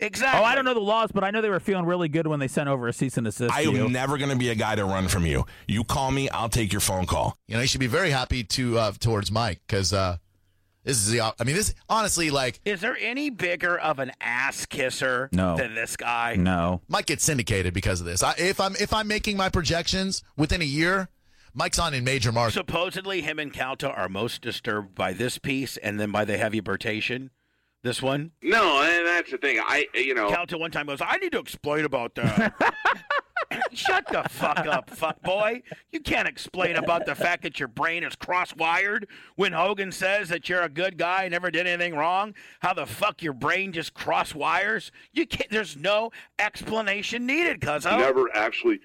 Exactly.
oh, I don't know the laws, but I know they were feeling really good when they sent over a cease and assist.
I
to you.
am never going to be a guy to run from you. You call me, I'll take your phone call.
you know, you should be very happy to uh, towards Mike because uh, this is the. op- I mean, this honestly, like
Is there any bigger of an ass kisser
No.
than this guy?
no,
Mike gets syndicated because of this. I, if I'm if I'm making my projections within a year, Mike's on in major markets.
Supposedly, him and Calta are most disturbed by this piece and then by the heavy birtation. This one,
no, and that's the thing. I, you know,
Calta one time goes, "I need to explain about that." Shut the fuck up, fuck boy! You can't explain about the fact that your brain is cross-wired when Hogan says that you're a good guy, and never did anything wrong. How the fuck your brain just cross-wires? You can't. There's no explanation needed, cuz
never actually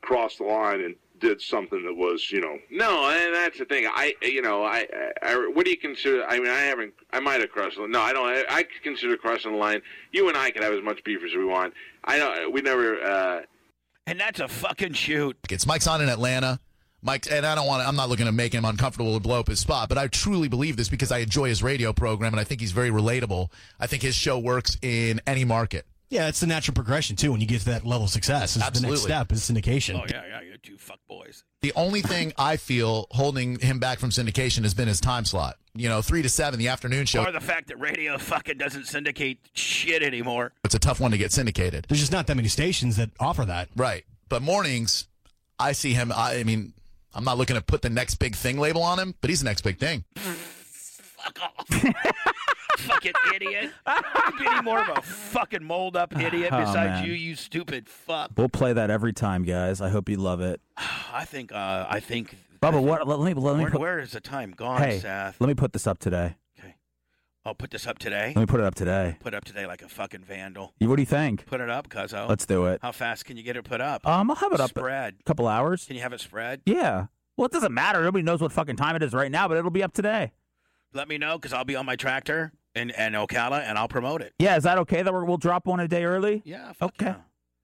crossed the line and did something that was, you know. No, and that's the thing. I, you know, I, I, I- what do you consider? I mean, I haven't. I might have crossed. the No, I don't. I, I could consider crossing the line. You and I could have as much beef as we want. I don't. We never. uh
and that's a fucking shoot.
Mike's on in Atlanta. Mike, and I don't want to, I'm not looking to make him uncomfortable or blow up his spot, but I truly believe this because I enjoy his radio program and I think he's very relatable. I think his show works in any market.
Yeah, it's the natural progression too. When you get to that level of success, it's the next
Absolutely.
step is syndication.
Oh, yeah, yeah, you two fuck boys.
The only thing I feel holding him back from syndication has been his time slot. You know, three to seven, the afternoon show.
Or the fact that radio fucking doesn't syndicate shit anymore.
It's a tough one to get syndicated.
There's just not that many stations that offer that.
Right. But mornings, I see him. I, I mean, I'm not looking to put the next big thing label on him, but he's the next big thing.
fucking idiot. You're getting more of a fucking mold up idiot
Oh,
besides
man.
you, you stupid fuck.
We'll play that every time, guys. I hope you love it.
I think, uh, I think.
Bubba, what? Let me let me
where,
put.
where is the time gone,
hey,
Seth?
let me put this up today.
I'll put this up today.
Let me put it up today.
Put it up today like a fucking vandal.
You- What do you think?
Put it up, cuzzo.
Let's do it.
How fast can you get it put up?
Um, I'll have it up
Oh. Spread.
a couple hours.
Can you have it spread?
Yeah. Well, it doesn't matter. Nobody knows what fucking time it is right now, but it'll be up today.
Let me know because I'll be on my tractor in, in Ocala and I'll promote it.
Yeah, is that okay that we're, we'll drop one a day early?
Yeah.
Okay.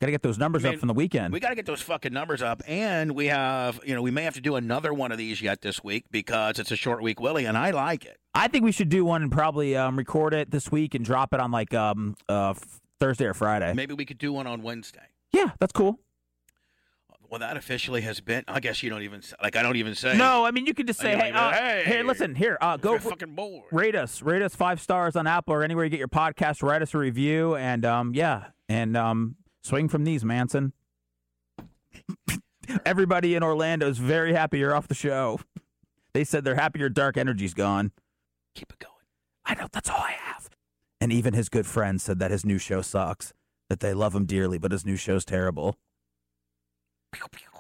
Got to get those numbers
I mean,
up from the weekend.
We got to get those fucking numbers up, and we have, you know, we may have to do another one of these yet this week because it's a short week, Willie, and I like it.
I think we should do one and probably um, record it this week and drop it on like um, uh, f- Thursday or Friday.
Maybe we could do one on Wednesday.
Yeah, that's cool.
Well, that officially has been. I guess you don't even say- like. I don't even say.
No, I mean you could just
I
say,
don't
hey,
even-
uh,
hey,
hey, listen, here, uh, go
we're
for-
fucking bored.
rate us, rate us five stars on Apple or anywhere you get your podcast. Write us a review, and um, yeah, and um, swing from these, Manson. Everybody in Orlando is very happy you're off the show. They said they're happy your dark energy's gone.
Keep it going.
I know that's all I have. And even his good friend said that his new show sucks. That they love him dearly, but his new show's terrible. Pew, pew.